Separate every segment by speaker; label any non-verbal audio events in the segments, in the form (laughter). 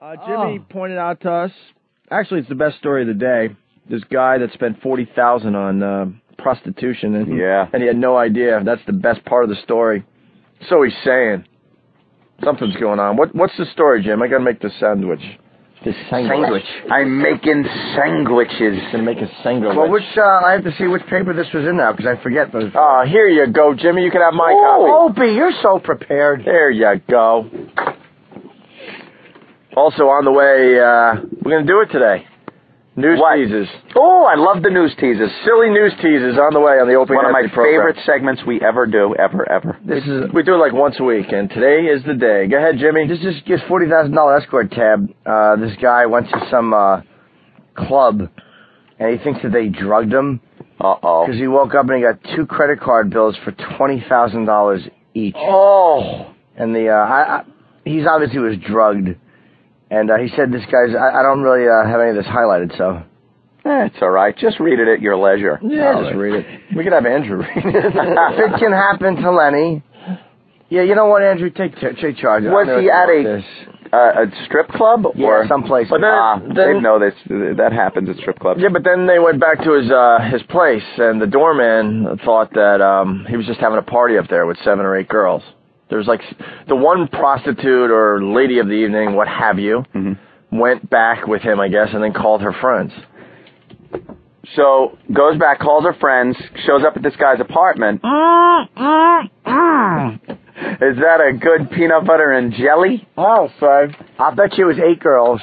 Speaker 1: Uh, Jimmy pointed out to us. Actually, it's the best story of the day. This guy that spent forty thousand on uh, prostitution, and
Speaker 2: Yeah.
Speaker 1: and he had no idea. That's the best part of the story. So he's saying something's going on. What what's the story, Jim? I gotta make the sandwich.
Speaker 3: The sandwich.
Speaker 2: I'm making sandwiches.
Speaker 3: Gonna make a sandwich.
Speaker 4: Well, which uh, I have to see which paper this was in now because I forget those.
Speaker 1: Ah, here you go, Jimmy. You can have my copy.
Speaker 4: oh, Opie, you're so prepared.
Speaker 1: There you go. Also on the way, uh, we're gonna do it today. News
Speaker 2: What?
Speaker 1: teasers,
Speaker 2: Oh, I love the news teasers.
Speaker 1: silly news teasers on the way on the open.
Speaker 2: One of my
Speaker 1: Anthony program.
Speaker 2: favorite segments we ever do, ever, ever.
Speaker 4: This is
Speaker 1: We do it like once a week, and today is the day. Go ahead, Jimmy.
Speaker 4: this is just forty thousand dollar escort tab. Uh, this guy went to some uh, club, and he thinks that they drugged him
Speaker 2: Uh oh.
Speaker 4: because he woke up and he got two credit card bills for twenty thousand dollars each.
Speaker 2: Oh.
Speaker 4: And the uh, I, I, he's obviously was drugged, and uh, he said this guy's. I, I don't really uh, have any of this highlighted, so
Speaker 2: Eh, it's all right. Just read it at your leisure.
Speaker 4: Yeah,
Speaker 1: I'll
Speaker 4: just
Speaker 1: read it.
Speaker 4: (laughs) we could have Andrew read it. if it can happen to Lenny. Yeah, you know what, Andrew? Take take charge.
Speaker 2: Was
Speaker 4: I'm
Speaker 2: he
Speaker 4: gonna
Speaker 2: at
Speaker 4: talk
Speaker 2: a-
Speaker 4: this.
Speaker 2: Uh, a strip club
Speaker 4: yeah,
Speaker 2: or
Speaker 4: someplace?
Speaker 1: But then-
Speaker 2: Ah,
Speaker 1: then-
Speaker 2: they know this. That happens at strip clubs.
Speaker 1: Yeah, but then they went back to his uh, his place, and the doorman thought that um, he was just having a party up there with seven or eight girls. There was like s- the one prostitute or lady of the evening, what have you,
Speaker 4: Mm-hmm.
Speaker 1: went back with him, I guess, and then called her friends.
Speaker 2: So goes back, calls her friends, shows up at this guy's apartment.
Speaker 1: Mm-hmm.
Speaker 2: Is that a good peanut butter and jelly?
Speaker 4: Oh, so I bet you it was eight girls,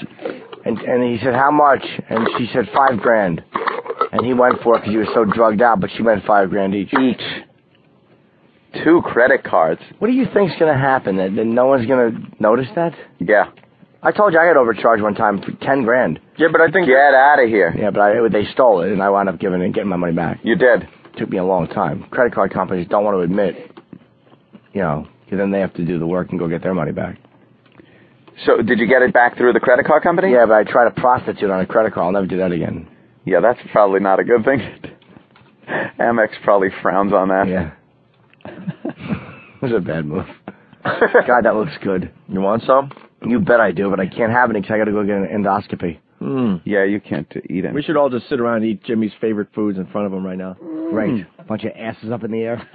Speaker 4: and and he said how much, and she said five grand, and he went for it because he was so drugged out, but she went five grand each.
Speaker 2: Each. Two credit cards.
Speaker 4: What do you think's gonna happen? That, that no one's gonna notice that?
Speaker 2: Yeah.
Speaker 4: I told you I got overcharged one time for ten grand.
Speaker 1: Yeah, but I think
Speaker 2: Get out of here.
Speaker 4: Yeah, but I, they stole it, and I wound up giving it, getting my money back.
Speaker 2: You did.
Speaker 4: took me a long time. Credit card companies don't want to admit, you know, because then they have to do the work and go get their money back.
Speaker 2: So did you get it back through the credit card company?
Speaker 4: Yeah, but I tried to prostitute on a credit card. I'll never do that again.
Speaker 2: Yeah, that's probably not a good thing. (laughs) Amex probably frowns on that.
Speaker 1: (laughs)
Speaker 4: Yeah. it was a bad move. God, that looks good.
Speaker 1: you want some?
Speaker 4: You bet I do, but I can't have any because I got to go get an endoscopy.
Speaker 1: Mm.
Speaker 2: (laughs) Yeah, you can't eat it.
Speaker 1: We should all just sit around and eat Jimmy's favorite Hmm. foods in front of him right now.
Speaker 4: Right. Bunch of asses up in the air.